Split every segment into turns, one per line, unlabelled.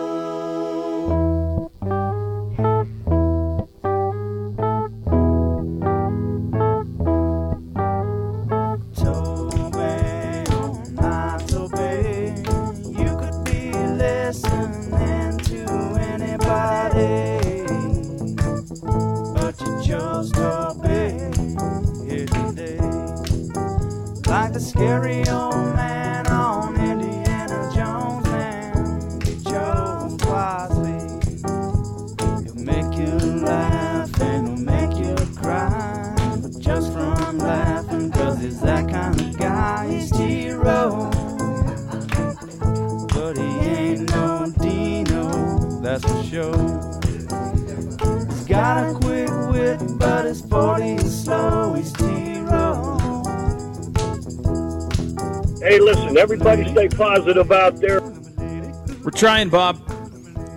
zero. Toby, oh my Toby, you could be listening to anybody, but you chose Toby here today like the scary old man on Indiana Jones land. You chose wisely. It'll make you laugh and it'll make you cry. But just from laughing, cause he's that kind of guy. He's T-Row. But he ain't no Dino, that's for sure. He's got a quick wit, but his 40's slow. He's T-Row.
Hey, listen, everybody stay positive out there.
We're trying, Bob.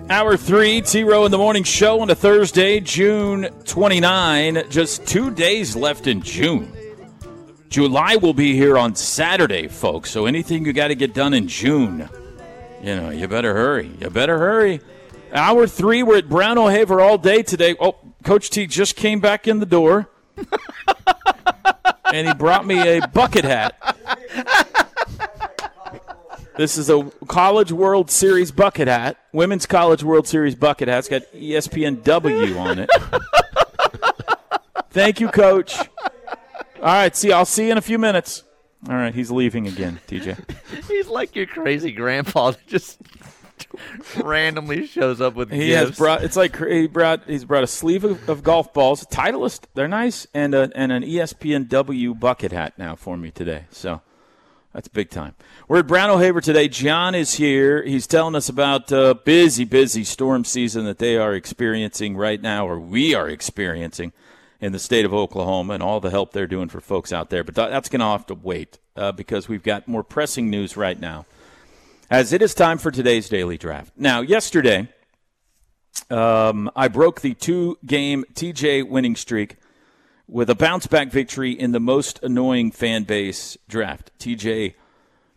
Hour three, T Row in the Morning Show on a Thursday, June 29. Just two days left in June. July will be here on Saturday, folks. So anything you got to get done in June, you know, you better hurry. You better hurry. Hour three, we're at Brown O'Haver all day today. Oh, Coach T just came back in the door. and he brought me a bucket hat. This is a College World Series bucket hat. Women's College World Series bucket hat. It's got E ESPNW on it. Thank you, coach. All right, see, I'll see you in a few minutes. All right, he's leaving again, TJ.
He's like your crazy grandpa that just randomly shows up with
He
gifts.
has brought. It's like cra- he brought. He's brought a sleeve of, of golf balls. Titleist, they're nice, and a, and an E ESPNW bucket hat now for me today. So that's big time. We're at Brown O'Haver today. John is here. He's telling us about uh, busy, busy storm season that they are experiencing right now, or we are experiencing in the state of Oklahoma, and all the help they're doing for folks out there. But tha- that's going to have to wait uh, because we've got more pressing news right now. As it is time for today's daily draft. Now, yesterday. Um, I broke the two game TJ winning streak with a bounce back victory in the most annoying fan base draft. TJ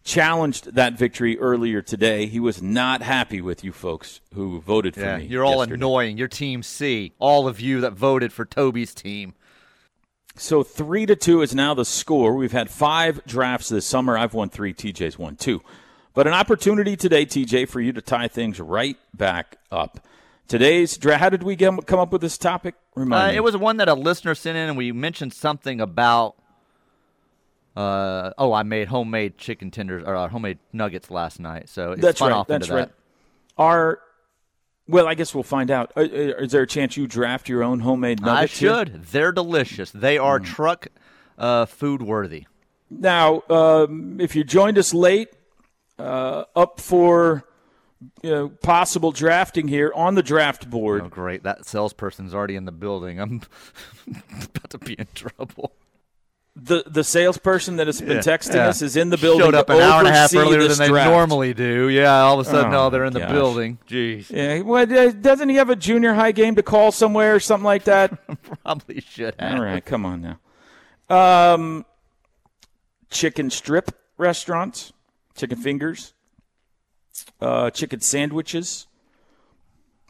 challenged that victory earlier today. He was not happy with you folks who voted for
Yeah,
me.
you're all
yesterday.
annoying. Your team C, all of you that voted for Toby's team.
So three to two is now the score. We've had five drafts this summer. I've won three. TJ's won two. But an opportunity today, TJ, for you to tie things right back up. Today's draft. How did we get, come up with this topic? Remind
Uh,
me.
it was one that a listener sent in, and we mentioned something about. Uh, oh, I made homemade chicken tenders or uh, homemade nuggets last night, so it
That's
spun
right.
off
that's
into
right.
that.
Are well, I guess we'll find out. Uh, uh, Is there a chance you draft your own homemade
I
nuggets? here? Mm.
should. They're delicious. They are truck uh, food worthy.
Now, um, if you joined us late, uh, up for you know, possible drafting here on the draft board.
Oh, great! That salesperson's already in the building. I'm about to be in trouble.
The the salesperson that has been texting
yeah.
us is in the building.
Showed up
to
an hour and a half
oversee
earlier
this
than they
draft.
normally do. Yeah, all of a sudden,
Oh,
oh, they're in the
gosh.
building. Jeez,
Yeah, well, uh, doesn't he have a junior high game to call somewhere or something like that?
probably should have.
All right, come on now. Um, chicken strip restaurants, chicken fingers, uh, chicken sandwiches,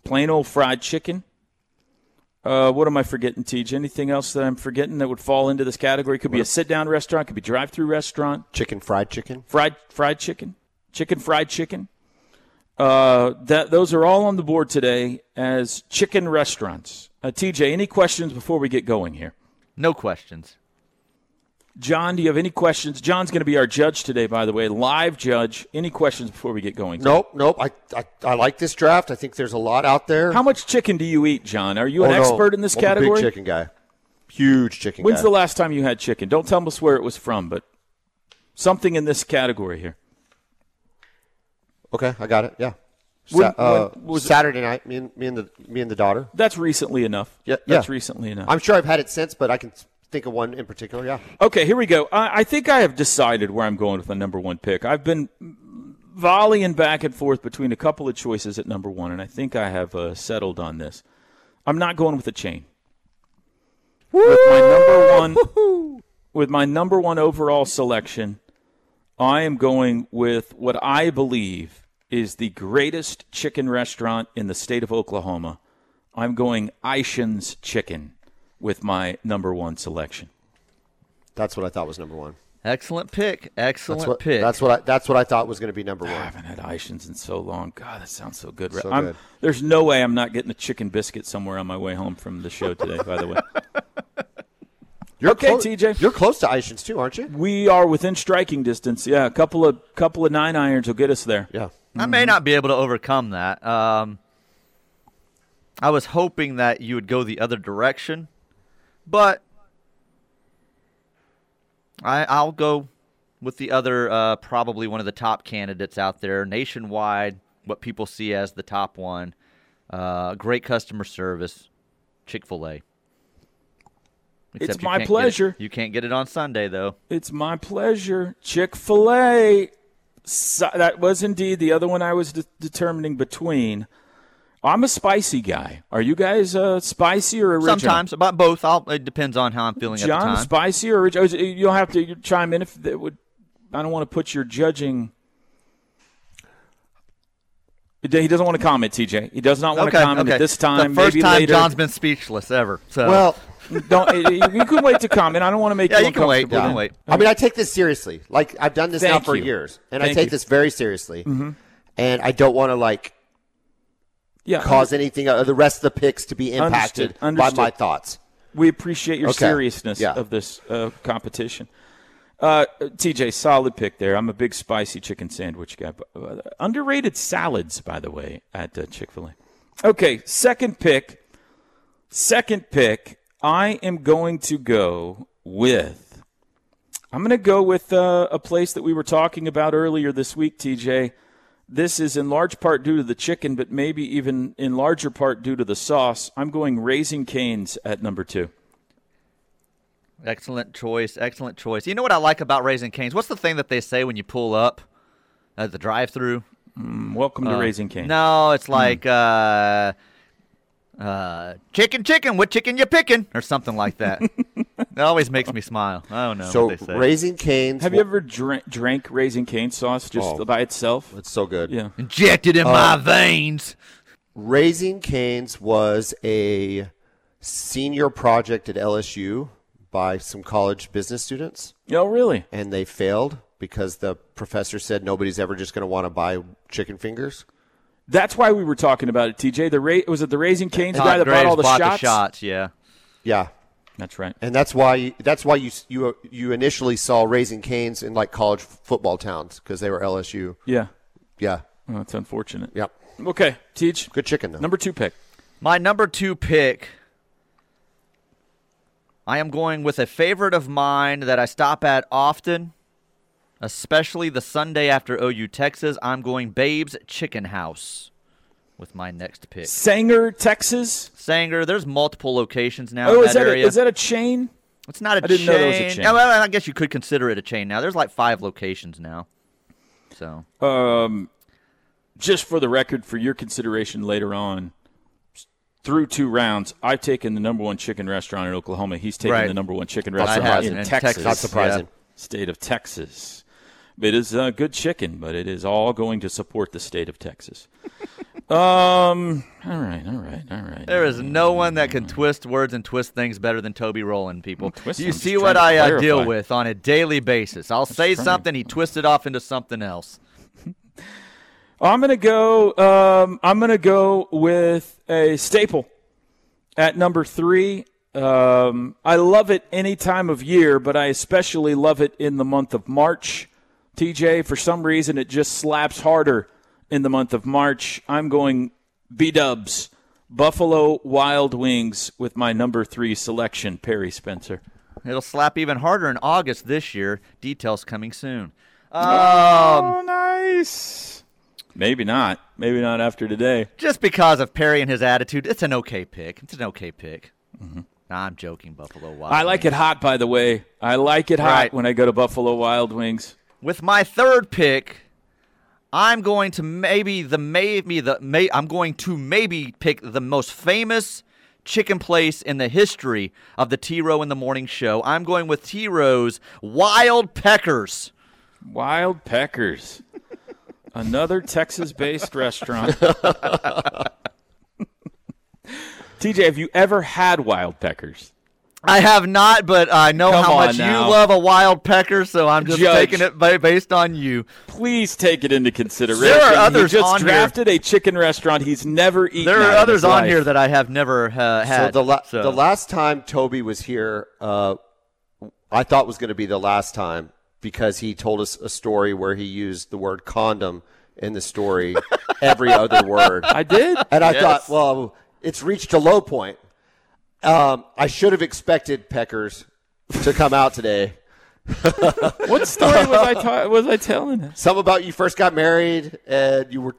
plain old fried chicken. Uh, what am I forgetting, Tej? Anything else that I'm forgetting that would fall into this category? Could be a sit-down restaurant, could be drive-through restaurant,
Chicken fried chicken.
fried fried chicken, chicken fried chicken. Uh, that those are all on the board today as chicken restaurants. Uh, TJ, any questions before we get going here?
No questions.
John, do you have any questions? John's going to be our judge today, by the way, live judge. Any questions before we get going?
Nope, nope. I, I, I like this draft. I think there's a lot out there.
How much chicken do you eat, John? Are you
Oh,
an
no.
expert in this
I'm a
category?
big chicken guy. Huge chicken
When's
guy.
the last time you had chicken? Don't tell us where it was from, but something in this category here.
okay, I got it. Yeah.
When-
Sa- uh,
when was it-
Saturday night, me and me and the me and the daughter.
That's recently enough.
Yeah,
that's
yeah.
recently enough.
I'm sure I've had it since, but I can think of one in particular. Yeah.
Okay, here we go. I, I think I have decided where I'm going with the number one pick. I've been volleying back and forth between a couple of choices at number one, and I think I have uh, settled on this. I'm not going with a chain. With my number one, with my number one overall selection, I am going with what I believe is the greatest chicken restaurant in the state of Oklahoma. I'm going Aishan's Chicken with my number one selection.
That's what I thought was number one.
Excellent pick. Excellent
That's what,
pick.
that's what I that's what I thought was going to be number
I
one.
haven't had Aishan's in so long. God, that sounds so good.
So
I'm-
good.
There's no way I'm not getting a chicken biscuit somewhere on my way home from the show today, by the way.
You're
Okay,
clo-
TJ.
You're close to Aishan's too, aren't you?
We are within striking distance. Yeah, a couple of couple of nine irons will get us there.
Yeah.
I
Mm-hmm.
may not be able to overcome that. Um, I was hoping that you would go the other direction, but I, I'll go with the other, uh, probably one of the top candidates out there nationwide, what people see as the top one. Uh, great customer service, Chick fil A.
my pleasure.
you can't get it on Sunday, though.
It's my pleasure. Chick fil A. that was indeed the other one I was de- determining between. I'm a spicy guy. Are you guys uh, spicy or original?
Sometimes, about both. I'll, it depends on how I'm feeling at the
John,
time.
spicy or original? You'll have to chime in if that would. I don't want to put your judging. He doesn't want to comment, TJ. He does not want to comment at this time.
The first
maybe
time
later.
John's been speechless ever. So
Uh, Well,
Don't, you can wait to comment. I don't want to make
yeah,
you
you can wait. You
uncomfortable.
can wait.
I mean, I take this seriously. Like I've done this now
Thank
for
you.
years, and I
Thank
take
you. Mm-hmm.
this very seriously. And I don't want to like
Yeah,
cause anything uh, the rest of the picks to be impacted
Understood, understood.
by my thoughts.
we appreciate your
Okay.
seriousness
Yeah.
of this uh, competition. Uh, TJ, solid pick there. I'm a big spicy chicken sandwich guy. But, uh, underrated salads, by the way, at uh, Chick fil A. Okay, second pick. Second pick. I am going to go with. I'm going to go with uh, a place that we were talking about earlier this week, TJ. This is in large part due to the chicken, but maybe even in larger part due to the sauce. I'm going Raising Canes at number two.
Excellent choice. Excellent choice. You know what I like about Raising Canes? What's the thing that they say when you pull up at the drive-through?
Welcome to Raising Canes. Hmm.
No, it's like uh, uh, chicken, chicken. What chicken you picking? Or something like that. it always makes me smile. I don't know.
So
what they say.
raising canes.
Have you ever drank, drank Raising Cane sauce just
Oh.
by itself?
It's so good.
Yeah.
injected
Uh,
in my veins.
Raising Canes was a senior project at LSU by some college business students,
Oh, really?
and they failed because the professor said nobody's ever just going to want to buy chicken fingers.
That's why we were talking about it, TJ. The ra- was it the Raising Canes
Todd
guy that
Graves
bought all the
bought
shots?
the shots. Yeah.
Yeah,
That's right.
and that's why that's why you you you initially saw Raising Canes in like college football towns because they were LSU.
Yeah.
Yeah,
Well, Oh, that's unfortunate.
yep.
Okay, Teach.
Good chicken though.
Number two pick.
My number two pick. I am going with a favorite of mine that I stop at often, especially the Sunday after OU Texas. I'm going Babe's Chicken House with my next pick.
Sanger, Texas.
Sanger, there's multiple locations now
Oh,
in
is that, a,
area.
is that a chain?
it's not a
I didn't
chain.
know there was a chain.
Yeah, well, I guess you could consider it a chain now. There's like five locations now. So
Just for the record, for your consideration later on, through two rounds, I've taken the number one chicken restaurant in Oklahoma. He's taken
Right.
the number one chicken
Not
restaurant
surprising.
in
And
Texas.
Not surprising.
state of Texas. It is uh, good chicken, but it is all going to support the state of Texas. um. All right. All right. All right.
There is no one that can twist words and twist things better than Toby Rowland, people.
twist
you
them, just
see
trying
what
to
I uh,
clarify.
deal with on a daily basis. I'll say
trying to-
something, he twists it off into something else.
I'm gonna go. Um. I'm gonna go with a staple at number three. Um. I love it any time of year, but I especially love it in the month of March. TJ, for some reason, it just slaps harder in the month of March. I'm going B Dubs, Buffalo Wild Wings with my number three selection, Perry Spencer.
It'll slap even harder in August this year. Details coming soon.
Oh, nice. Maybe not. Maybe not after today.
Just because of Perry and his attitude, it's an okay pick. It's an okay pick. Nah, I'm joking, Buffalo Wild.
Mm-hmm. I like
Wings.
it hot, by the way. I like it hot
Right.
when I go to Buffalo Wild Wings.
With my third pick, I'm going to maybe the maybe the may I'm going to maybe pick the most famous chicken place in the history of the T Row in the Morning Show. I'm going with T Row's Wild Peckers.
Wild Peckers, another Texas-based restaurant. TJ, have you ever had Wild Peckers?
I have not, but I know
Come
how
on
much
now.
you love a wild pecker, so I'm just
Judge.
taking it ba- based on you.
Please take it into consideration.
There are others
he just
on here.
drafted a chicken restaurant he's never eaten.
There
at
are
in
others
his
on
life.
here that I have never uh, had.
So the la-
so-
the last time Toby was here, uh, I thought was going to be the last time because he told us a story where he used the word condom in the story, every other word,
I did.
and I
Yes.
thought, well, it's reached a low point. Um, I should have expected Peckers to come out today.
What story was I ta- was I telling us?
Some about you first got married and you were.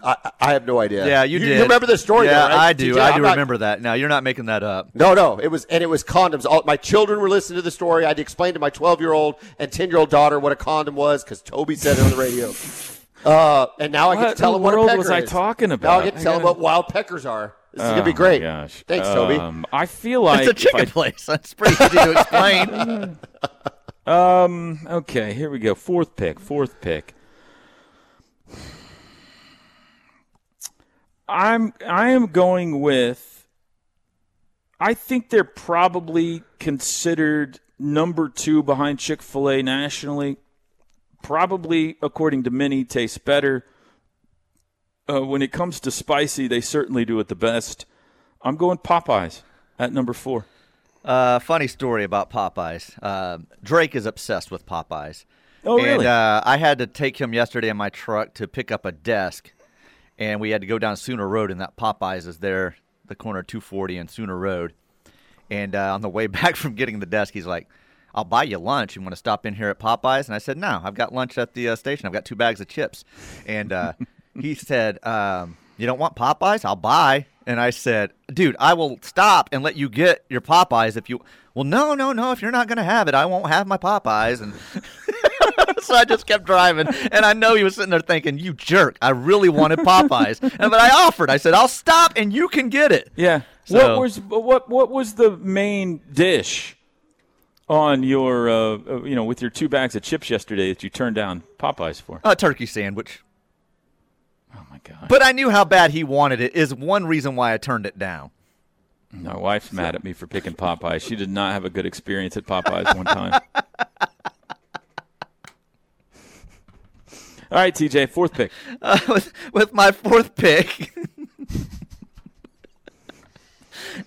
I, I- I have no idea.
yeah, you,
you
did.
You remember the story?
Yeah,
though, right?
I do.
TJ?
I do
I'm not-
remember that. Now you're not making that up.
No, no, it was, and it was condoms. All, my children were listening to the story. I'd explained to my 12 year old and 10 year old daughter what a condom was because Toby said it on the radio. Uh, and now I
What
get to tell
in
them
the
what a
world
pecker
was I
is.
talking
Now I
about?
get to
I
tell them
gotta-
what wild peckers are. This is gonna
Oh,
be great.
Gosh,
Thanks, Toby.
Um, I feel like
It's a
if I-
chicken place. That's pretty easy to explain.
Um. Okay. Here we go. Fourth pick. Fourth pick. I'm. I am going with. I think they're probably considered number two behind Chick Fil A nationally. Probably, according to many, tastes better. Uh, when it comes to spicy, they certainly do it the best. I'm going Popeyes at number four.
Uh, funny story about Popeyes. Uh, Drake is obsessed with Popeyes.
Oh, really?
And uh, I had to take him yesterday in my truck to pick up a desk, and we had to go down Sooner Road, and that Popeyes is there, the corner of 240 and Sooner Road. And uh, on the way back from getting the desk, he's like, "I'll buy you lunch. You want to stop in here at Popeyes?" And I said, "No, I've got lunch at the uh, station. I've got two bags of chips." And uh, he said, um, "You don't want Popeyes? I'll buy." And I said, "Dude, I will stop and let you get your Popeyes if you." Well, no, no, no. If you're not gonna have it, I won't have my Popeyes. And so I just kept driving, and I know he was sitting there thinking, "You jerk! I really wanted Popeyes." and but I offered. I said, "I'll stop, and you can get it."
Yeah.
So-
what was what what was the main dish on your uh, uh, you know with your two bags of chips yesterday that you turned down Popeyes for?
A turkey sandwich.
Oh my god.
But I knew how bad he wanted it is one reason why I turned it down.
My wife's mad at me for picking Popeyes. She did not have a good experience at Popeyes one time. All right, TJ, fourth pick.
Uh, with, with my fourth pick,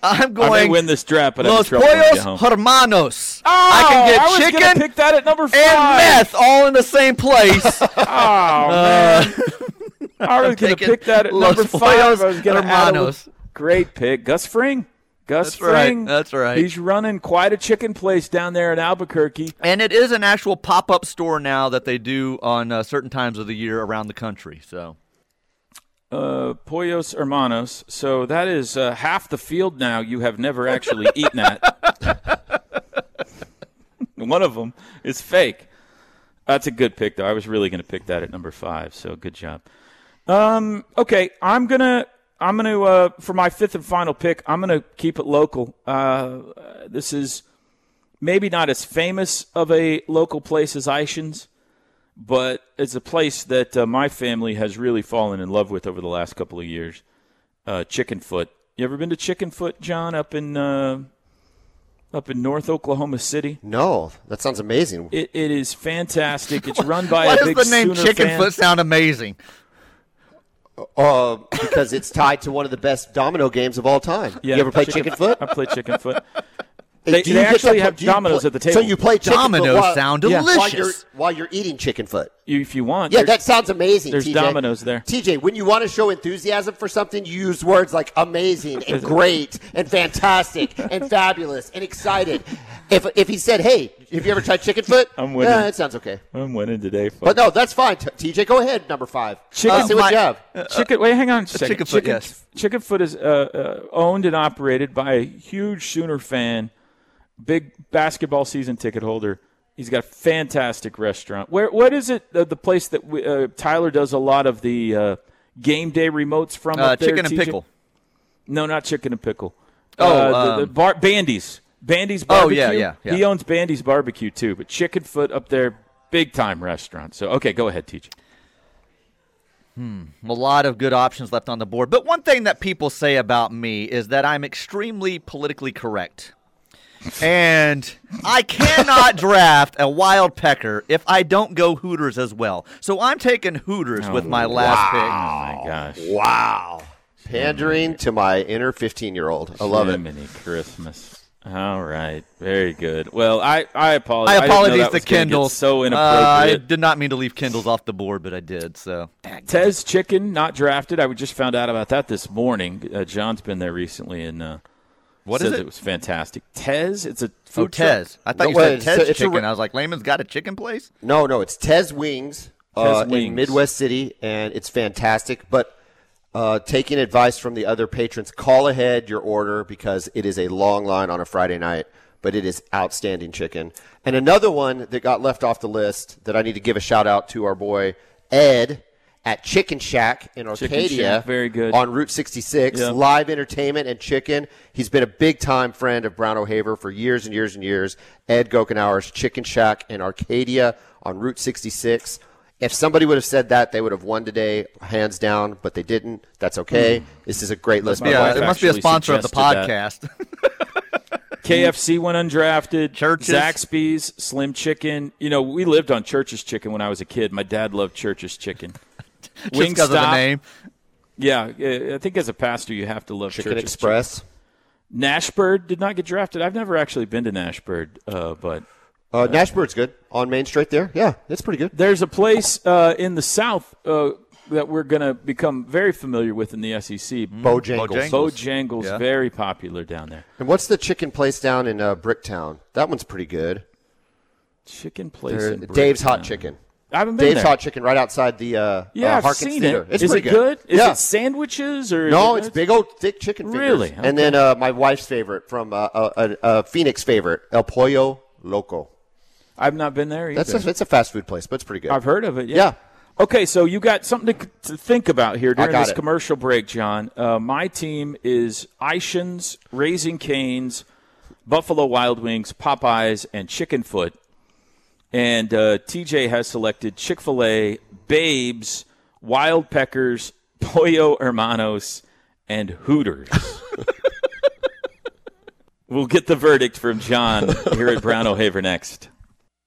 I'm
I may
going
win this draft, but I'm in
Los
trouble when I get
Pollos
home.
Hermanos.
Oh,
I can get
I was gonna
chicken
pick that at number five.
and meth all in the same place.
Oh, man. I was going to
Uh, taking
pick that at
Los
number five.
Pollos
I was going to add a
Hermanos.
little- Great pick. Gus Fring. Gus
That's right.
Fring.
That's right.
He's running quite a chicken place down there in Albuquerque.
and it is an actual pop-up store now that they do on uh, certain times of the year around the country. So
Uh, Pollos Hermanos. So that is uh, half the field now you have never actually eaten at. One of them is fake. That's a good pick, though. I was really going to pick that at number five. So good job. Um, okay, I'm gonna I'm gonna uh, for my fifth and final pick. I'm gonna keep it local. Uh, this is maybe not as famous of a local place as Ishans, but it's a place that uh, my family has really fallen in love with over the last couple of years. Uh, Chicken Foot. You ever been to Chicken Foot, John? Up in uh, up in North Oklahoma City.
No, that sounds amazing.
It, it is fantastic. It's run by
why
a
does
big
the name
Sooner
Chicken
fan.
Foot sound amazing?
Uh, because it's tied to one of the best domino games of all time.
Yeah,
you ever play Chicken, Foot?
I play chicken foot.
Hey,
They-
do you
they
get to
actually
pl-
have
do you
dominoes
play-
at the table.
So you play chicken
Dominoes
foot while,
sound
Yeah.
while you're,
delicious.
while you're eating Chicken Foot.
If you want,
Yeah,
There's-
that sounds amazing.
there's
TJ.
dominoes there.
TJ, when you want to show enthusiasm for something, you use words like amazing and great and fantastic and fabulous and excited. If if he said, "Hey, have you ever tried chicken foot?"
I'm Oh. winning.
Nah, that sounds okay.
I'm winning today. Folks.
But no, that's fine. T- TJ, go ahead. Number five.
Chicken-
Let's see what
my-
you have.
chicken. Wait, hang on. A second.
Chicken Foot,
Chicken,
Uh, yes.
Chicken Foot is uh, uh, owned and operated by a huge Sooner fan, big basketball season ticket holder. He's got a fantastic restaurant. Where what is it? Uh, the place that we, uh, Tyler does a lot of the uh, game day remotes from.
Uh,
up there,
chicken and
TJ?
pickle.
No, not chicken and pickle.
Oh,
uh, the, the
um,
bar, Bandy's. Bandy's
Oh,
barbecue.
yeah, yeah, yeah.
He owns Bandy's barbecue too, but chicken foot up there, Big time restaurant. So, okay, go ahead, TJ.
A lot of good options left on the board. But one thing that people say about me is that I'm extremely politically correct. And I cannot draft a wild pecker if I don't go Hooters as well. So I'm taking Hooters
Oh,
with my last pick.
My gosh.
Wow. Pandering to my inner 15 year old. I love it.
Jiminy Christmas. All right, very good. Well, I I
I
apologize.
apologize
I didn't know that
to
was gonna get
Kindles.
So
Uh, I
inappropriate.
did not mean to leave Kindles off the board, but I did. So
Tez Chicken not drafted. I would just found out about that this morning. Uh, John's been there recently and uh,
what
says
is it?
was fantastic. Tez, it's a food
Oh, Tez.
truck.
I thought
No,
you said
wait, so
Tez
it's a
chicken.
re-
I was like, Layman's got a chicken place.
No, no, it's Tez Wings, uh,
Wings.
in Midwest City, and it's fantastic. But uh, taking advice from the other patrons, call ahead your order because it is a long line on a Friday night, but it is outstanding chicken. And another one that got left off the list that I need to give a shout out to our boy Ed at Chicken Shack in Arcadia,
Shack, very good.
on Route 66,
Yeah.
live entertainment and chicken. He's been a big time friend of Brown O'Haver for years and years and years. Ed Gokenauer's Chicken Shack in Arcadia on Route 66. If somebody would have said that, they would have won today, hands down, but they didn't. That's okay. This is a great list. My
Yeah,
wife
it must be a
actually
sponsor of the
suggested
podcast.
KFC went undrafted.
Church's.
Zaxby's, Slim Chicken. You know, we lived on Church's Chicken when I was a kid. My dad loved Church's Chicken.
Just because of the
Wingstop.
name.
Yeah, uh, I think as a pastor you have to love
Chicken
Church's
Express.
Chicken. Nashbird did not get drafted. I've never actually been to Nashbird, uh, but
Uh, Nashbird's good on Main Street there. Yeah, it's pretty good.
There's a place uh, in the South uh, that we're going to become very familiar with in the SEC.
Mm-hmm. Bojangles.
Bojangles.
Bojangles,
Yeah.
very popular down there.
And what's the chicken place down in uh, Bricktown? That one's pretty good.
Chicken place.
They're-
in
Dave's Hot
Bricktown.
Chicken.
I haven't been
Dave's
there.
Hot Chicken right outside the uh,
Yeah,
uh,
I've
Harkins
seen
Theater.
it.
It's
Is
pretty
it good? Is
yeah.
it sandwiches or?
No, it's big old thick chicken fingers.
Really?
And then uh, my wife's favorite from uh, uh, uh, uh, Phoenix favorite, El Pollo Loco.
I've not been there. Either.
That's a, it's a fast food place, but it's pretty good.
I've heard of it. Yeah.
Yeah.
Okay, so you got something to, to think about here during
got
this
it.
commercial break, John. Uh, my team is Ishans, Raising Canes, Buffalo Wild Wings, Popeyes, and Chicken Foot. And uh, TJ has selected Chick fil A, Babes, Wild Peckers, Pollo Hermanos, and Hooters. we'll get the verdict from John here at Brown O'Haver next.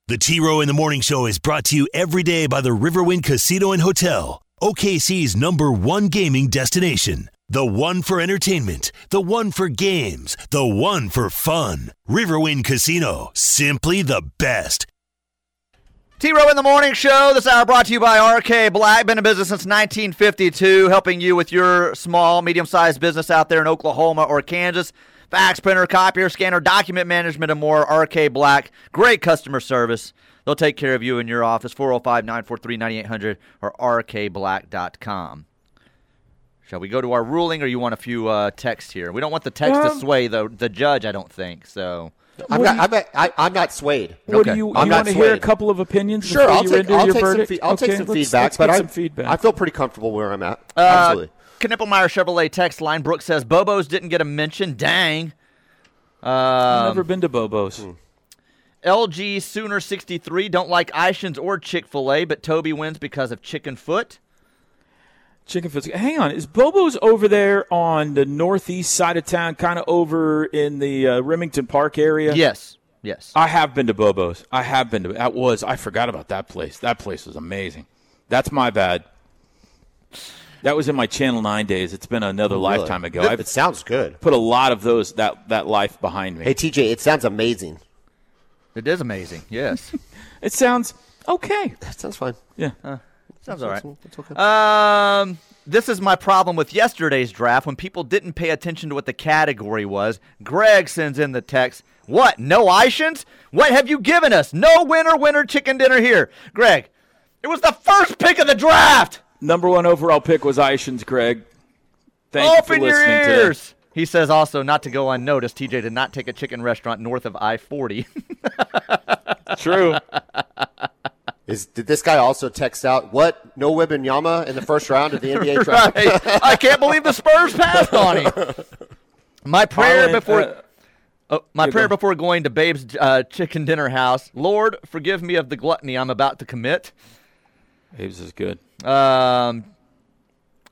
The T Row in the Morning Show is brought to you every day by the Riverwind Casino and Hotel, OKC's number one gaming destination. The one for entertainment, the one for games, the one for fun. Riverwind Casino, simply the best.
T Row in the Morning Show. This hour brought to you by RK Black. Been in business since 1952, helping you with your small, medium sized business out there in Oklahoma or Kansas. Fax printer, copier, scanner, document management, and more. RK Black. Great customer service. They'll take care of you in your office. 405 943 9800 or rkblack.com. Shall we go to our ruling or you want a few uh, texts here? We don't want the text to
Um,
sway the, the judge, I don't think. So.
I'm
What
not,
do you-
I'm, not, I, I'm not swayed.
What do
Okay.
you, you
I'm not
want to hear a
swayed.
couple of opinions?
Sure,
before
I'll
you
take,
render
I'll
your
take some,
verdict?
fe- I'll
Okay,
take some
let's-
feedback,
let's
but
get
I,
some feedback.
I feel pretty comfortable where I'm at.
Uh,
Absolutely.
Knippelmeyer Chevrolet text line. Brooke says Bobo's didn't get a mention. Dang.
Um,
I've never been to Bobo's.
hmm.
LG Sooner 63 don't like Ishans or Chick fil A, but Toby wins because of chicken foot.
Chicken fits. Hang on, is Bobo's over there on the northeast side of town, kind of over in the uh, Remington Park area?
Yes. Yes.
I have been to Bobo's. I have been to. That was I forgot about that place. That place was amazing. That's my bad. That was in my Channel Nine days. It's been another lifetime ago.
Oh, Th-
I've
It sounds good.
put a lot of those that that life behind me.
Hey, TJ, it sounds amazing.
It is amazing. Yes.
It sounds okay.
That sounds fine.
Yeah.
Sounds all right.
It's okay.
Um, this is my problem with yesterday's draft when people didn't pay attention to what the category was. Greg sends in the text. What? No Ishans? What have you given us? No winner, winner, chicken dinner here. Greg, it was the first pick of the draft.
Number one overall pick was Ishans, Greg. Thank
Open
you for
your
listening to
ears. He says also, not to go unnoticed, TJ did not take a chicken restaurant north of I 40.
True.
Is, did this guy also text out, what, no Wibin Yama in the first round of the NBA draft?
I can't believe the Spurs passed on him. My prayer
Colin,
before.
uh,
Oh, my
Yeah, go
prayer
ahead.
before going to Babe's uh, chicken dinner house. Lord, forgive me of the gluttony I'm about to commit.
Abe's is good.
Um,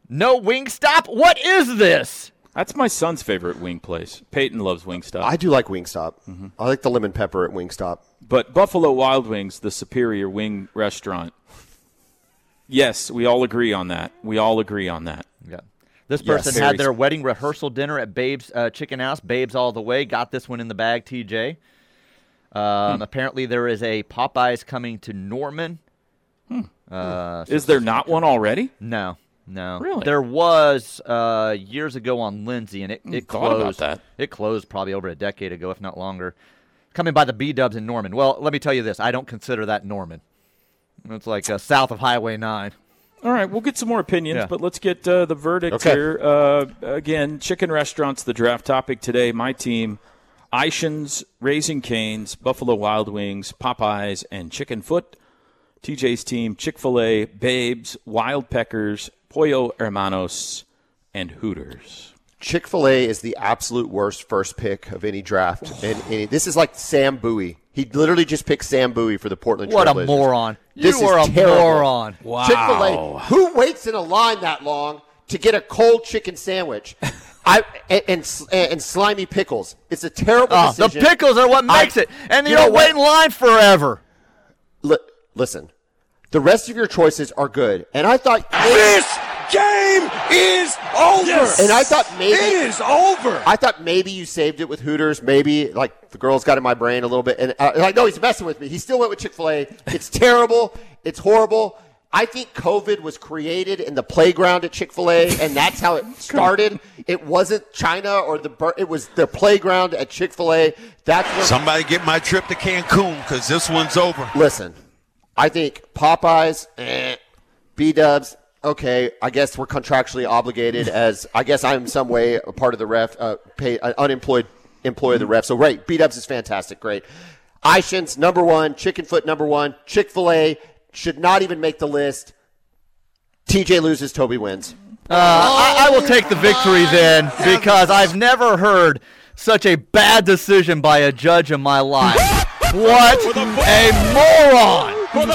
no wing stop. What is this?
That's my son's favorite wing place. Peyton loves Wingstop.
I do like Wingstop. I like the lemon pepper at Wingstop.
But Buffalo Wild Wings, the superior wing restaurant. Yes, we all agree on that. We all agree on that.
Yeah. This
Yes.
person
Very
had their wedding rehearsal dinner at Babe's uh, Chicken House. Babe's all the way. Got this one in the bag, TJ. Um,
Hmm.
Apparently, there is a Popeyes coming to Norman. Uh, so-
Is there not one already?
no, no.
Really?
There was uh, years ago on Lindsay, and it,
Hmm,
it
thought about
closed.
that.
It closed probably over a decade ago, if not longer. Coming by the B Dubs in Norman. Well, let me tell you this: I don't consider that Norman. It's like uh, south of Highway Nine.
All right, we'll get some more opinions,
Yeah.
but let's get uh, the verdict
Okay.
here. Uh, again, chicken restaurants, the draft topic today. My team, Ishans, Raising Canes, Buffalo Wild Wings, Popeyes, and Chicken Foot. TJ's team, Chick fil A, Babes, Wild Peckers, Pollo Hermanos, and Hooters.
Chick fil A is the absolute worst first pick of any draft. and, and this is like Sam Bowie. He literally just picked Sam Bowie for the Portland
What a
Trailblazers.
moron!
This
you
is
are a
terrible.
moron.
Chick fil A. Who waits in a line that long to get a cold chicken sandwich? I and, and s- and slimy pickles. It's a terrible
Oh, the
decision.
pickles are what
I-
makes it, and
You
you
know
don't
what?
wait in line forever.
Li- listen, the rest of your choices are good, and I thought
This game is over.
And I thought maybe-
it is over.
I thought maybe you saved it with Hooters. Maybe like the girls got in my brain a little bit, and uh, like no, he's messing with me. He still went with Chick Fil A. It's terrible. It's horrible. I think COVID was created in the playground at Chick Fil A, and that's how it started. It wasn't China or the bur- it was the playground at Chick Fil A. That's where
Somebody get my trip to Cancun because this one's over.
Listen, I think Popeyes, eh, B Dubs. Okay, I guess we're contractually obligated as I guess I'm some way a part of the ref, uh, pay, uh, unemployed employee of the ref. So right, B Dubs is fantastic. Great, Ishans number one, Chicken Foot number one, Chick Fil A should not even make the list. TJ loses, Toby wins.
I, I will take the victory then, because I've never heard such a bad decision by a judge in my life. What a moron!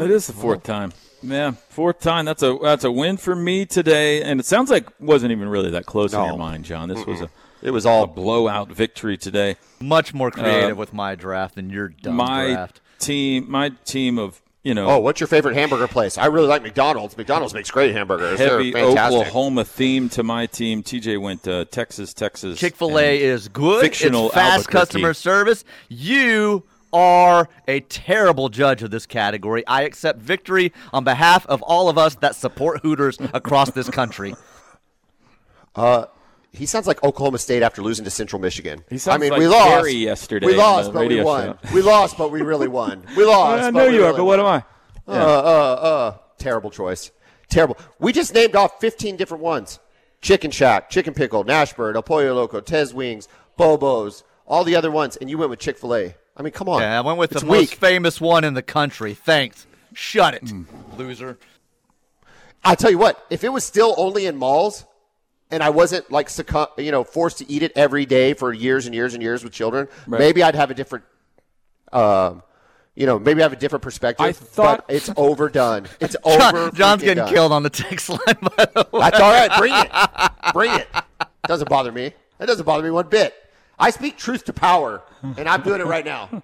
That is the fourth time. Yeah, fourth time. That's a that's a win for me today. And it sounds like wasn't even really that close in your mind, John. This was a
It was all
a blowout victory today.
Much more creative with my draft than your dumb
Uh, my
draft.
team, my team of you know
Oh, what's your favorite hamburger place? I really like McDonald's. McDonald's makes great hamburgers.
heavy
They're fantastic.
Oklahoma theme to my team. TJ went uh, Texas, Texas.
Chick Fil A
and-
is good.
fictional
it's fast
Albuquerque.
customer service. You are a terrible judge of this category. I accept victory on behalf of all of us that support Hooters across this country.
He sounds like Oklahoma State after losing to Central Michigan.
He sounds
I mean,
like
we lost
Barry yesterday
We
on the
lost, but we
radio
won.
show.
We lost, but we really won. We
I,
lost.
know
we
you are,
really
but what am
won.
I?
Uh, uh, uh. Terrible choice. Terrible. We just named off 15 different ones: Chicken Shack, Chicken Pickle, Nashburn, El Pollo Loco, Tez Wings, Bobo's, all the other ones, and you went with Chick Fil A. I mean, come on.
Yeah, I went with
It's
the
weak.
most famous one in the country. Thanks. Shut
Mm.
it, loser.
I tell you what, if it was still only in malls and I wasn't like succumb, you know, forced to eat it every day for years and years and years with children, maybe I'd have a different um you know, maybe have a different perspective.
I thought-
but it's overdone. It's
John-
over.
John's
freaking
getting
done.
killed on the text line. By the way.
That's all right. Bring it. Bring it. Doesn't bother me. That doesn't bother me one bit. I speak truth to power, and I'm doing it right now.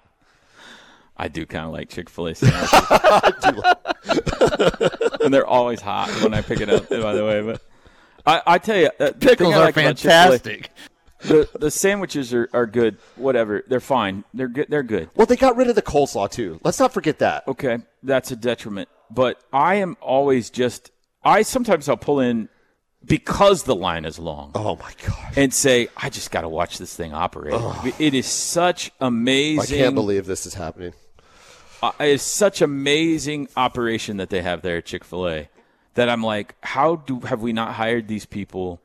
I do kind of like Chick Fil A sandwiches, and they're always hot when I pick it up. By the way, but I, I tell you, uh, the thing
Pickles
I
are
like about Chick-fil-A-
fantastic.
the the sandwiches are, are good. Whatever, they're fine. They're good. They're good.
Well, they got rid of the coleslaw too. Let's not forget that.
Okay, that's a detriment. But I am always just. I sometimes I'll pull in because the line is long
Oh my gosh.
and say I just got to watch this thing operate. It is such amazing.
I can't believe this is happening.
uh, it's such amazing operation that they have there at Chick Fil A that I'm like, how do have we not hired these people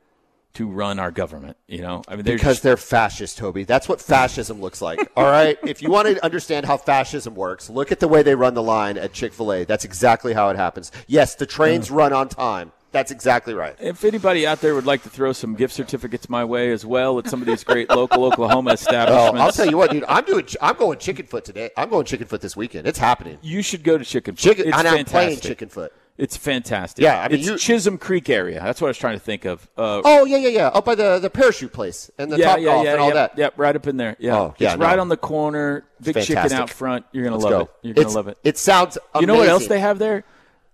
to run our government? You know, I mean, they're
Because
just-
they're fascist, Toby. That's what fascism looks like. All right. If you want to understand how fascism works, look at the way they run the line at Chick fil A. That's exactly how it happens. Yes, the trains run on time. That's exactly right.
If anybody out there would like to throw some gift certificates my way as well at some of these great local Oklahoma
Oh,
establishments,
I'll tell you what, dude. I'm doing. I'm going chicken foot today. I'm going chicken foot this weekend. It's happening.
you should go to Chicken. Foot.
Chicken.
it's
and I'm
fantastic.
playing chicken foot.
It's fantastic.
Yeah, I mean,
it's
you-
Chisholm Creek area. That's what I was trying to think of. Uh,
Oh yeah, yeah, yeah. Up by the, the parachute place and the
yeah,
top
yeah,
golf
yeah,
and all
yep,
that.
Yep, right up in there. Yeah,
Oh, yeah,
it's right
no.
on the corner. Big chicken
fantastic.
out front. You're gonna
Let's
love
go.
it. You're gonna
It's-
love it.
It sounds. Amazing.
You know what else they have there?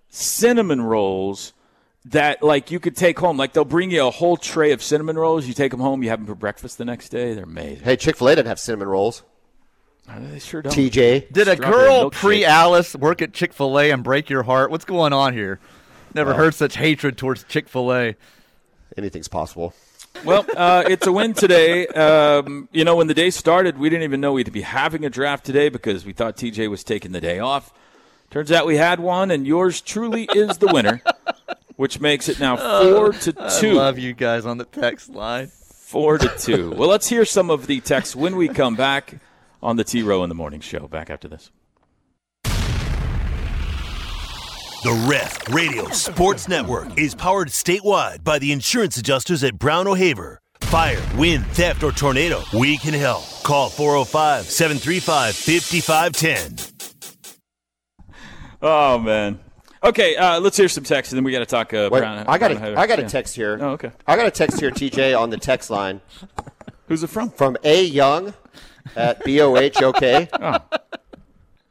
Cinnamon rolls that like you could take home. Like they'll bring you a whole tray of cinnamon rolls. You take them home. You have them for breakfast the next day. They're amazing.
Hey, Chick Fil A doesn't have cinnamon rolls.
They sure don't.
TJ.
Did a
Strawberry
girl
milkshake.
pre Alice work at Chick fil A and break your heart? What's going on here? Never heard such hatred towards Chick fil A.
Anything's possible.
Well, uh, it's a win today. Um, you know, when the day started, we didn't even know we'd be having a draft today because we thought TJ was taking the day off. Turns out we had one, and yours truly is the winner, which makes it now four to two.
Love you guys on the text line.
Four to two. well, let's hear some of the texts when we come back on the T Row in the Morning Show. Back after this.
The Ref Radio Sports Network is powered statewide by the insurance adjusters at Brown O'Haver. Fire, wind, theft, or tornado, we can help. Call 405 735 5510.
Oh man. Okay, uh, let's hear some text, and then we got to talk. Uh,
Wait,
Brown,
I got
Brown
a, I got a
Yeah.
text here.
Oh, okay.
I got a text here, TJ, on the text line
Who's it from?
from A Young at B O H O K.
Oh,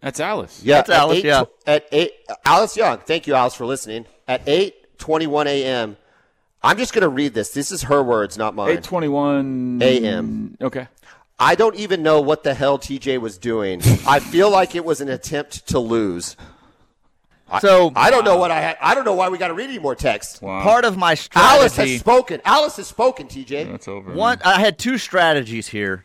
That's Alice.
Yeah,
That's
at
Alice,
eight-
yeah.
At eight, Alice Young. Thank you, Alice, for listening. At eight twenty-one a.m. I'm just going to read this. This is her words, not mine.
Eight twenty-one
A.M..
Okay.
I don't even know what the hell TJ was doing. I feel like it was an attempt to lose.
so
I don't know what I had. I don't know why we got to read any more text.
part of my strategy.
Alice has spoken. Alice has spoken. TJ.
It's over.
One, I had two strategies here.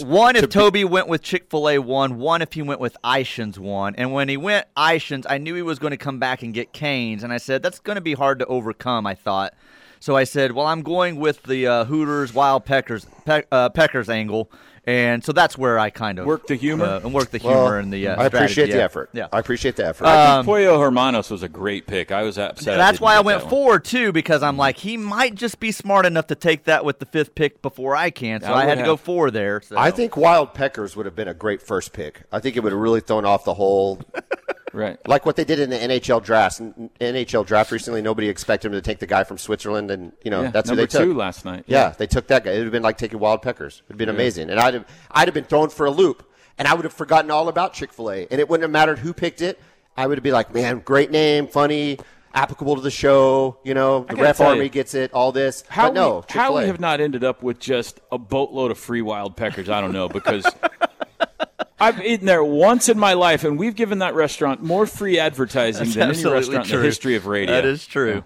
One, if Toby went with Chick Fil A one. One, if he went with Ishans one. And when he went Ishans, I knew he was going to come back and get Canes, and I said that's going to be hard to overcome. I thought, so I said, well, I'm going with the uh, Hooters Wild Peckers Pe- uh, Peckers angle, and so that's where I kind of
Work the humor?
uh, and work the humor
Well,
and the. Uh,
I appreciate
strategy.
the effort.
Yeah,
I appreciate the effort.
Pollo Hermanos was a great pick. I was upset.
Um, that's
didn't
why
get
I went
that one. Mm-hmm.
four too because I'm like he might just be smart enough to take that with the fifth pick before I can, so
I
I,
would
had to go
have.
four there. So.
I think Wild Peckers would have been a great first pick. I think it would have really thrown off the whole,
Right.
like what they did in the NHL draft. N- NHL draft recently, nobody expected them to take the guy from Switzerland, and you know
Yeah,
that's who
number
they took.
two last night.
Yeah, they took that guy. It would have been like taking Wild Peckers. It'd been amazing, and I'd have, I'd have been thrown for a loop, and I would have forgotten all about Chick Fil A, and it wouldn't have mattered who picked it. I would have been like, man, great name, funny, applicable to the show. You know, the
gotta
ref
tell
army
you,
gets it. All this,
How
but
we,
no,
how we
Chick-fil-A.
have not ended up with just a boatload of free wild peckers, I don't know because I've eaten there once in my life, and we've given that restaurant more free advertising than any
absolutely
restaurant in
true.
the history of radio.
That is true.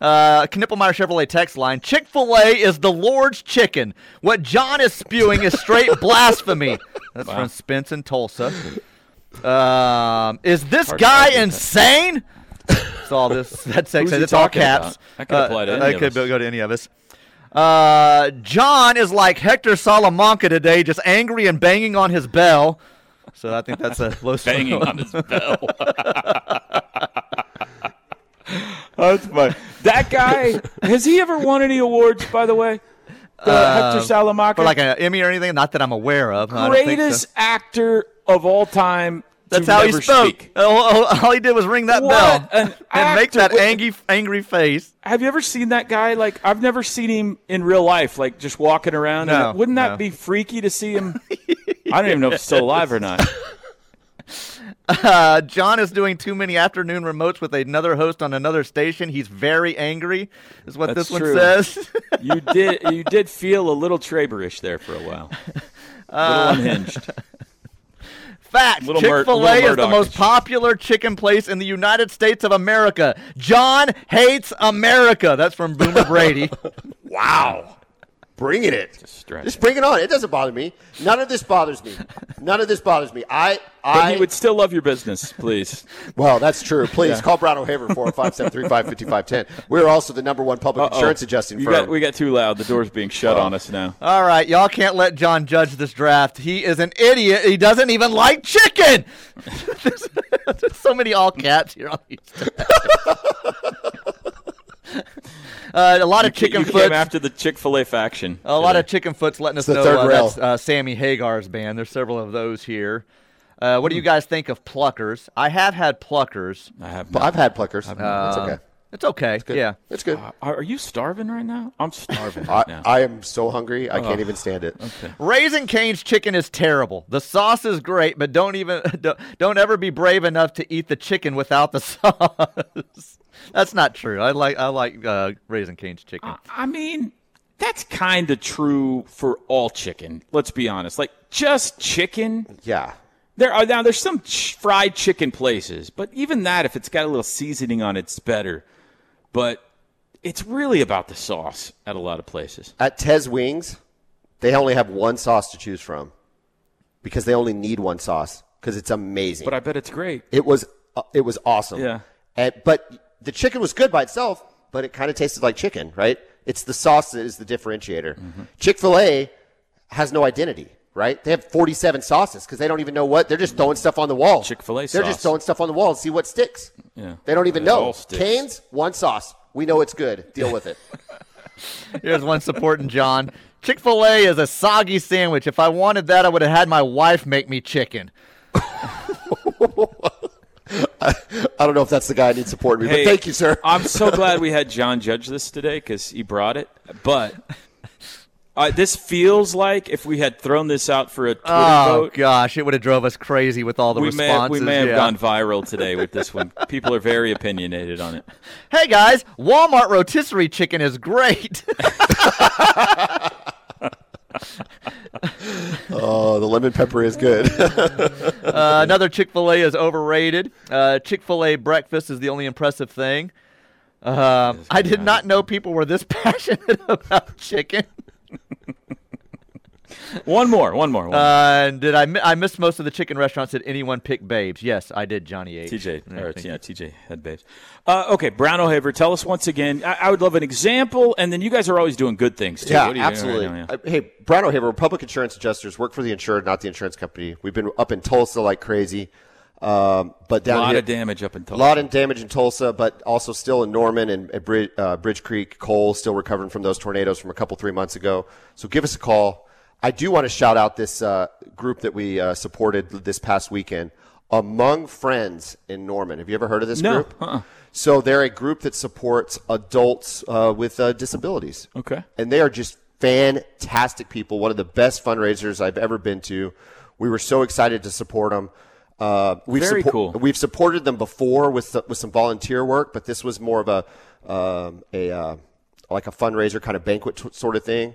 Uh, Knippelmeyer Chevrolet text line Chick fil A is the Lord's chicken. What John is spewing is straight blasphemy. That's from Spence in Tulsa. Um, is this
to
guy
argue with that.
insane? It's all this. That text.
Who's he
it's all
talking
caps. Uh,
about? That could apply to any
that
of
could
us.
go to any of us. Uh, John is like Hector Salamanca today, just angry and banging on his bell. So I think that's a low scoring
banging
one.
on his bell. That's funny. That guy has he ever won any awards? By the way, The Hector Salamanca,
Um, for like an Emmy or anything. Not that I'm aware of. I don't think so.
greatest actor of all time. to
That's how he
never
spoke.
speak.
All, all- all he did was ring that
What
bell
an
and make
actor.
that
What-
angry, angry face.
Have you ever seen that guy? Like I've never seen him in real life, like just walking around.
No,
And wouldn't that
no.
be freaky to see him? I don't even know if he's still alive or not.
Uh, John is doing too many afternoon remotes with another host on another station. He's very angry, is what
That's
this one
true.
says.
You did you did feel a little Treberish there for a while.
Uh,
little unhinged.
Fact:
Little Mur-
Chick Fil A
Little
is the
Murdoch-ish.
most popular chicken place in the United States of America. John hates America. That's from Boomer Brady.
Wow. Bringing it.
stretch.
Just bring it on. It doesn't bother me. None of this bothers me. None of this bothers me. I,
But
I
he would still love your business, please.
Well, that's true. Please call Brown O'Haver 405-735-5510. We're also the number one public
Uh-oh.
insurance adjusting
Oh, You
firm.
got- we got too loud. The door's being shut on us now.
All right, y'all can't let John judge this draft. He is an idiot. He doesn't even like chicken. there's, there's so many all cats here on these. drafts. Uh, a lot of
You
chicken
came
foots.
after the Chick Fil A faction.
a lot
today.
of chicken foots letting us
the
know
third
uh,
rail.
that's uh, Sammy Hagar's band. There's several of those here. Uh, what do you guys think of pluckers? I have had pluckers.
I have.
But
not.
I've had pluckers. That's
Uh,
okay.
It's okay.
Good.
Yeah.
it's good.
Are are you starving right now? I'm starving
I,
right now.
I am so hungry. I
Uh-huh.
can't even stand it.
Raisin Cane's chicken is terrible. The sauce is great, but don't even don't, don't ever be brave enough to eat the chicken without the sauce. That's not true. I like I like uh, Raisin Cane's chicken.
I mean, that's kind of true for all chicken. Let's be honest. Like just chicken.
Yeah.
There are now there's some ch- fried chicken places, but even that, if it's got a little seasoning on it, it's better. But it's really about the sauce at a lot of places.
At Tez Wings, they only have one sauce to choose from because they only need one sauce because it's amazing.
But I bet it's great.
it was uh, it was awesome.
Yeah.
And, but the chicken was good by itself, but it kind of tasted like chicken, right? It's the sauce that is the differentiator.
Mm-hmm.
Chick Fil A has no identity, right? They have 47 sauces because they don't even know what they're just throwing stuff on the wall.
Chick-fil-A
They're
sauce.
just throwing stuff on the wall and see what sticks.
Yeah.
They don't even
It
know.
all sticks.
Canes, one sauce. We know it's good. Deal with it.
Here's one supporting John. Chick fil A is a soggy sandwich. If I wanted that, I would have had my wife make me chicken.
I don't know if that's the guy I need supporting me,
Hey,
but thank you, sir.
I'm so glad we had John judge this today because he brought it. But uh, this feels like if we had thrown this out for a Twitter
Oh,
vote,
gosh. It would have drove us crazy with all the
we may have,
responses.
we may have
yeah.
gone viral today with this one. People are very opinionated on it.
Hey, guys, Walmart rotisserie chicken is great.
Oh, the lemon pepper is good.
Uh, another Chick fil A is overrated. Uh, Chick fil A breakfast is the only impressive thing. Um, I did not know people were this passionate about chicken.
One more, one more, one more.
Uh, did I, mi- I missed most of the chicken restaurants. Did anyone pick babes? Yes, I did, Johnny H.
TJ,
Yeah,
or,
thank you.
yeah, TJ head babes. Uh, okay, Brown O'Haver, tell us once again. I, I would love an example, and then you guys are always doing good things too.
Yeah,
What are you doing right
absolutely.
now? Yeah.
Uh, Hey, Brian O'Haver, public insurance adjusters, work for the insured, not the insurance company. We've been up in Tulsa like crazy, um, but
A
down
lot
here,
of damage up in
a
Tulsa.
lot of damage in Tulsa, but also still in Norman and, and Bridge, uh, Bridge Creek, Cole, still recovering from those tornadoes from a couple three months ago. So give us a call. I do want to shout out this uh, group that we uh, supported this past weekend, Among Friends in Norman. Have you ever heard of this
No, uh-uh.
group? So they're a group that supports adults uh, with uh, disabilities
Okay.
and they are just fantastic people. One of the best fundraisers I've ever been to. We were so excited to support them. Uh, we've
Very
suppo-
cool.
We've supported them before with so- with some volunteer work, but this was more of a um, a uh, like a fundraiser kind of banquet t- sort of thing.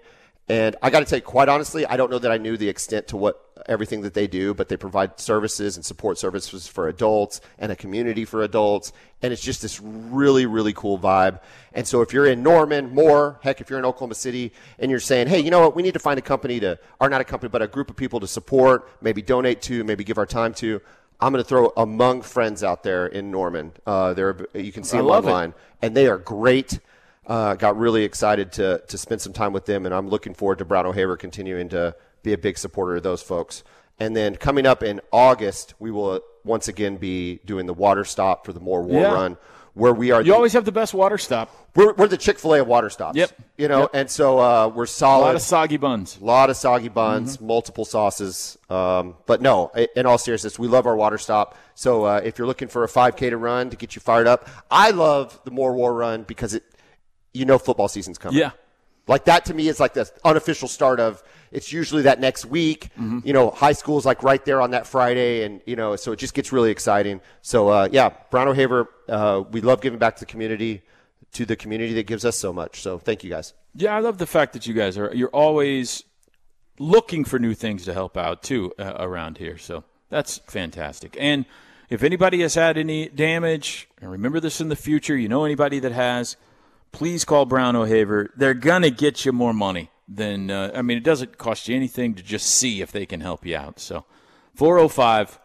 And I got to tell you, quite honestly, I don't know that I knew the extent to what everything that they do, but they provide services and support services for adults and a community for adults. And it's just this really, really cool vibe. And so if you're in Norman, Moore, heck, if you're in Oklahoma City and you're saying, hey, you know what, we need to find a company to, or not a company, but a group of people to support, maybe donate to, maybe give our time to. I'm going to throw Among Friends out there in Norman. Uh, there, you can see them
love it.
online, and they are great. Uh, got really excited to to spend some time with them, and I'm looking forward to Brown O'Haver continuing to be a big supporter of those folks. And then coming up in August, we will once again be doing the water stop for the More War
Yeah.
Run, where we are.
You always have the best water stop.
we're, we're the Chick Fil A of water stops.
Yep.
You know,
Yep.
and so uh, we're
A
solid
lot of soggy buns.
lot of soggy buns, multiple sauces. Um, but no, i- in all seriousness, we love our water stop. So uh, if you're looking for a 5K to run to get you fired up, I love the More War Run because it, you know, football season's coming.
Yeah.
Like that to me is like the unofficial start of. It's usually that next week. You know, high school's like right there on that Friday, and you know, so it just gets really exciting. So uh, yeah, Brown O'Haver, uh, we love giving back to the community, to the community that gives us so much. So thank you guys.
Yeah, I love the fact that you guys are you're always looking for new things to help out too uh, around here. So that's fantastic. And if anybody has had any damage, and remember this in the future, you know anybody that has, please call Brown O'Haver. They're gonna get you more money than uh, I mean, it doesn't cost you anything to just see if they can help you out. So 405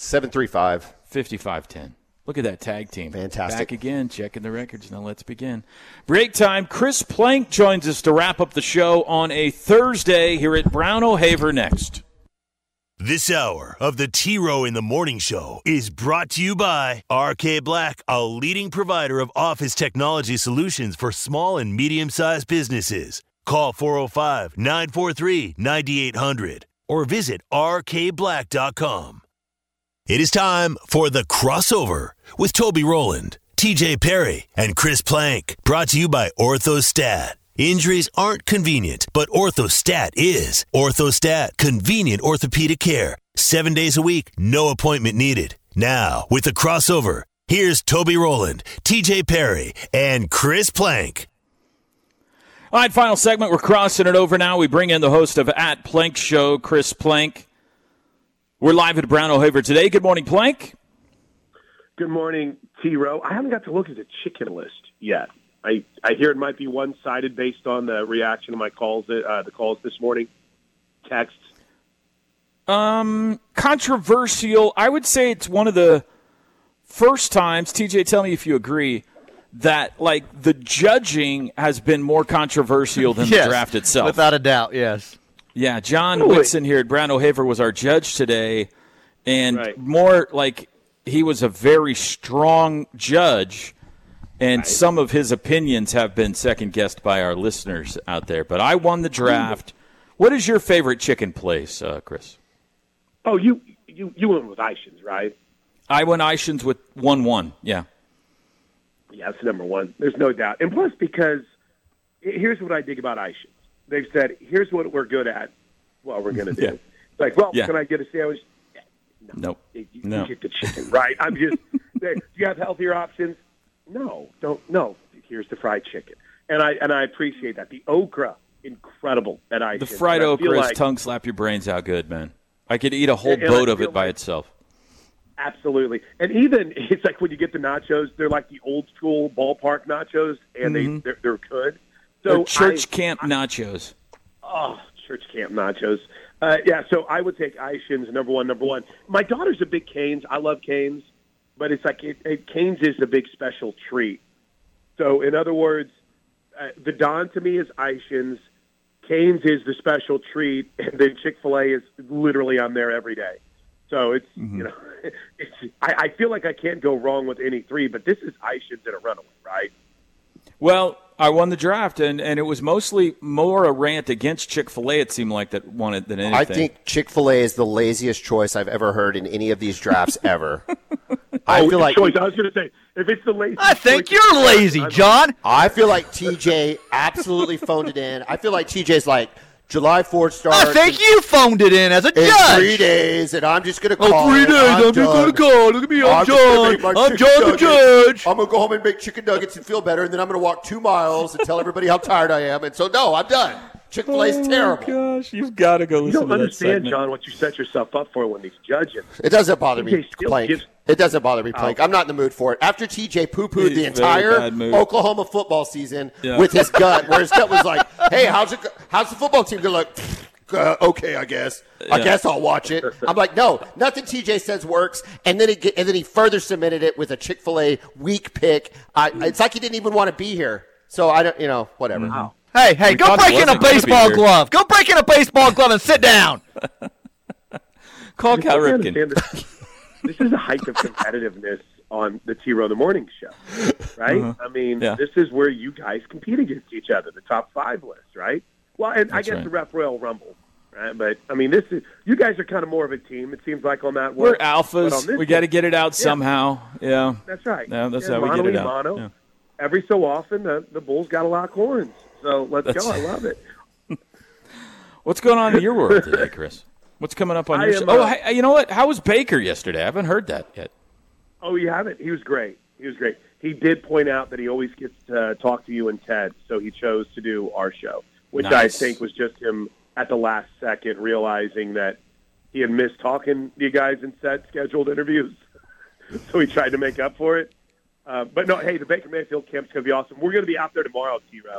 Seven three five.
5510. Look at that tag team.
Fantastic.
Back again, checking the records. Now let's begin. Break time. Chris Plank joins us to wrap up the show on a Thursday here at Brown O'Haver next.
This hour of the T Row in the Morning Show is brought to you by RK Black, a leading provider of office technology solutions for small and medium sized businesses. Call 405 943 9800 or visit rkblack.com. It is time for the crossover with Toby Rowland, TJ Perry, and Chris Plank. Brought to you by Orthostat. Injuries aren't convenient, but Orthostat is. Orthostat, convenient orthopedic care. Seven days a week, no appointment needed. Now, with the crossover, here's Toby Rowland, TJ Perry, and Chris Plank.
All right, final segment. We're crossing it over now. We bring in the host of At Plank Show, Chris Plank. We're live at Brown O'Haver today. Good morning, Plank.
Good morning, T. Row. I haven't got to look at the chicken list yet. I, I hear it might be one sided based on the reaction to my calls, uh, the calls this morning, texts.
Controversial. I would say it's one of the first times, TJ, tell me if you agree, that like the judging has been more controversial than the draft itself.
Without a doubt, yes.
Yeah, John Whitson here at Brown O'Haver was our judge today, and
Right.
more like he was a very strong judge, and some of his opinions have been second guessed by our listeners out there. But I won the draft. What is your favorite chicken place, uh, Chris?
Oh, you, you, you went with Ishins, right?
I went Ishans with one one. Yeah,
Yeah, that's number one. There's no doubt. And plus, because here's what I dig about Aisha. They've said, here's what we're good at. Well, we're going to do.
Yeah.
It's like, well,
Yeah.
can I get a sandwich?
nope,
You, you
no.
get the chicken, right? I'm just, there. do you have healthier options? No, don't, no. Here's the fried chicken. And I, and I appreciate that. The okra, incredible at Aisha.
The fried
And I feel
okra is
like-
tongue slap your brains out good, man. I could eat a whole
And- and I
boat of
feel
it by
like-
itself.
Absolutely. And even it's like when you get the nachos, they're like the old school ballpark nachos, and they they're, they're good. So
Or Mm-hmm. church
I,
camp nachos.
oh, church camp nachos. Uh, yeah, so I would take Ishins number one, number one. My daughter's a big Canes. I love Canes, but it's like it, it, Canes is a big special treat. So in other words, uh, the Don to me is Ishins, Canes is the special treat, and then Chick Fil A is literally I'm there every day. So it's
Mm-hmm.
you know, it's, I, I feel like I can't go wrong with any three, but this is Ishins in a runaway, right?
Well, I won the draft, and, and it was mostly more a rant against Chick Fil A. It seemed like that won it than anything.
I think Chick Fil A is the laziest choice I've ever heard in any of these drafts ever.
Oh,
I feel like
choice. I was going to say if it's the late.
I think you're lazy, John.
I feel like TJ absolutely phoned it in. I feel like TJ's like July Fourth starts.
I think Ah, you phoned it in as a
in three
judge.
days, and I'm just gonna call.
Oh, three
it.
days. I'm, just
done.
going to call. Look at me. I'm,
I'm just gonna make my
John. I'm
chicken
John the
nuggets.
judge.
I'm gonna go home and make chicken nuggets and feel better, and then I'm gonna walk two miles and tell everybody how tired I am. And so, no, I'm done. Chick Fil A's
Oh,
terrible.
gosh, you've got to go
You
listen
don't understand, John, what you set yourself up for when these judges.
It doesn't bother me,
TJ still
Plank.
gives- Oh.
It doesn't bother me, Plank. I'm not in the mood for it. After TJ poo
He's
pooed the
very
entire
bad mood.
Oklahoma football season
Yeah.
with his gut, where his gut was like, hey, how's, it, go- how's the football team going to look? Uh, okay, I guess. I
Yeah.
guess I'll watch it. I'm like, no, nothing TJ says works. And then he get, and then he further cemented it with a Chick Fil A weak pick. I, it's like he didn't even want to be here. So I don't, you know, whatever.
Mm-hmm.
Hey, hey, go
thought he
break in
wasn't gonna
a
be
baseball
here.
glove. Go break in a baseball glove and sit down.
Call Cal
I
Ripken.
understand this, this is a hike of competitiveness on the T Row in the Morning Show, right? I mean,
Uh-huh. Yeah.
this is where you guys compete against each other, the top five list, right? Well, and I
That's
guess
right.
the Rep Royal Rumble, right? But I mean, this is you guys are kind of more of a team. It seems like on that one,
We're
But on
alphas.
this
We got to
one-
get it out somehow. Yeah,
That's right.
No, that's
Yeah,
how we
mono
get it
e
out.
Mono.
Yeah.
Every so often, the, the Bulls got a lot of horns. So let's
That's-
go. I love it.
What's going on in your world today, Chris? What's coming up on
I
your?
am,
show? oh,
uh,
hey, you know what? How was Baker yesterday? I haven't heard that yet.
Oh, you haven't? He was great. He was great. He did point out that he always gets to talk to you and Ted, so he chose to do our show, which I
Nice.
think was just him at the last second realizing that he had missed talking to you guys and set scheduled interviews. so he tried to make up for it. Uh, but no, hey, the Baker Mayfield camp's going to be awesome. We're going to be out there tomorrow, T Row. We're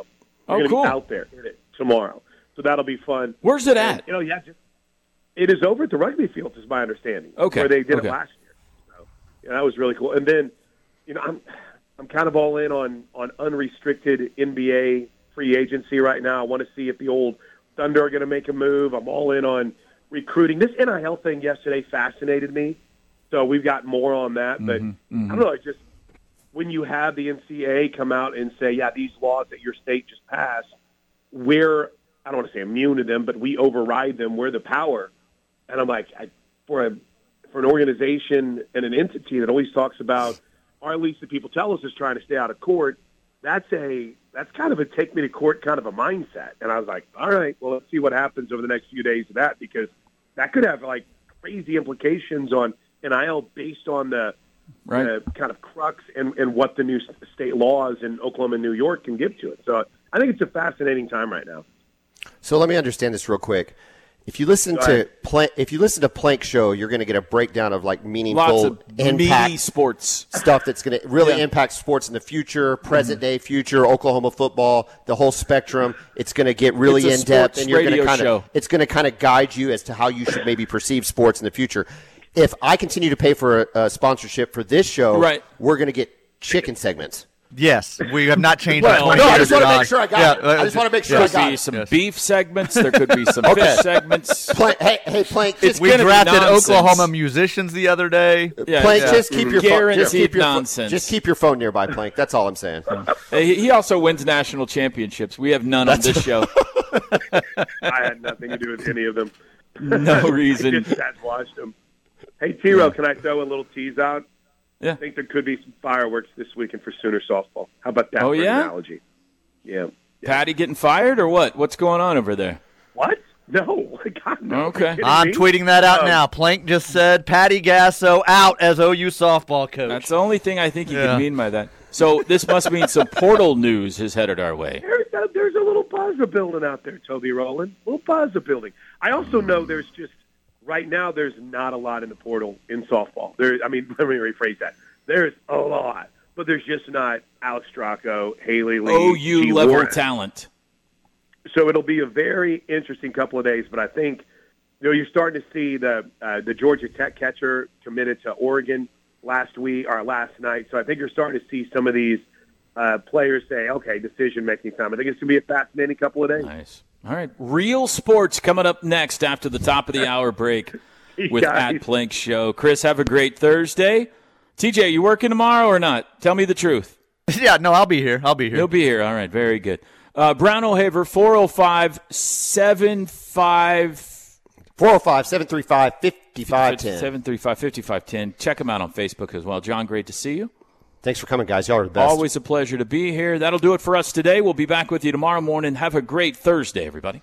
Oh,
going to
cool.
be out there in it tomorrow. So that'll be fun.
Where's it
And,
at?
You know, yeah, just, it is over at the rugby fields, is my understanding.
Okay,
where they did
okay.
it last year. So yeah, that was really cool. And then, you know, I'm I'm kind of all in on on unrestricted NBA free agency right now. I want to see if the old Thunder are going to make a move. I'm all in on recruiting. This NIL thing yesterday fascinated me, so we've got more on that. But
Mm-hmm,
I don't know. It's just when you have the NCAA come out and say, "Yeah, these laws that your state just passed, we're I don't want to say immune to them, but we override them. We're the power." And I'm like, I, for a for an organization and an entity that always talks about, or at least the people tell us is trying to stay out of court. That's a that's kind of a take me to court kind of a mindset. And I was like, all right, well, let's see what happens over the next few days of that because that could have like crazy implications on NIL based on the
Right.
the kind of crux and, and what the new s- state laws in Oklahoma and New York can give to it. So I think it's a fascinating time right now.
So let me understand this real quick. If you listen
Go
to
ahead.
Plank, if you listen to Plank Show, you're going to get a breakdown of like
Lots
meaningful
of meaty
impact
sports.
stuff that's going to really
Yeah. Mm-hmm.
impact sports in the future, present day, future Oklahoma football, the whole spectrum. It's going to get really
It's a
in depth,
sports
and you're going to
radio
kind
show.
of it's going to kind of guide you as to how you should maybe perceive sports in the future. If I continue to pay for a, a sponsorship for this show,
Right.
we're going to get chicken segments.
Yes, we have not changed.
Well,
our
no, I
20
just
years,
wanna make
John.
sure I got it. I
uh,
just wanna make sure
yeah.
I
There
got
could
it.
be some
Yes.
beef segments. There could be some
Okay.
fish segments.
Plank, hey, hey, Plank, just
We
gonna be
drafted
nonsense.
Oklahoma musicians the other day.
Yeah,
Plank,
yeah.
just keep your phone. Just
Guaranteed
keep your, pho-
nonsense.
just keep your phone nearby, Plank. That's all I'm saying.
Hey, He he also wins national championships. We have none on this show.
I had nothing to do with any of them.
No
I
reason.
just sat and watched them. Hey, T-Row, can I throw a little tease out?
Yeah.
I think there could be some fireworks this weekend for Sooner softball. How about that
Oh,
for an
yeah?
analogy? Yeah.
Patty getting fired or what? What's going on over there?
What? No. God, no.
Okay.
Are you kidding
I'm
me?
tweeting that out
Um,
now. Plank just said Patty Gasso out as OU softball coach.
That's the only thing I think he
Yeah.
could mean by that. So this must mean some portal news is headed our way.
There's a, there's a little buzz of building out there, Toby Rowland. A little buzz of building. I also know there's just right now there's not a lot in the portal in softball. There, I mean, let me rephrase that. There's a lot, but there's just not Alex Stracco, Haley Lee, G.
OU level
Warren.
talent.
So it'll be a very interesting couple of days. But I think you know you're starting to see the uh, the Georgia Tech catcher committed to Oregon last week or last night. So I think you're starting to see some of these uh, players say, okay, decision making time. I think it's going to be a fascinating couple of days.
Nice. All right. Real sports coming up next after the top of the hour break with
Guys.
at Plank Show. Chris, have a great Thursday. TJ, you working tomorrow or not? Tell me the truth.
yeah, no, I'll be here. I'll be here.
He'll be here. All right. Very good. Uh, Brown O'Haver, 405 75
405 735 5510.
735 5510. Check him out on Facebook as well. John, great to see you.
Thanks for coming, guys. Y'all are the best.
Always a pleasure to be here. That'll do it for us today. We'll be back with you tomorrow morning. Have a great Thursday, everybody.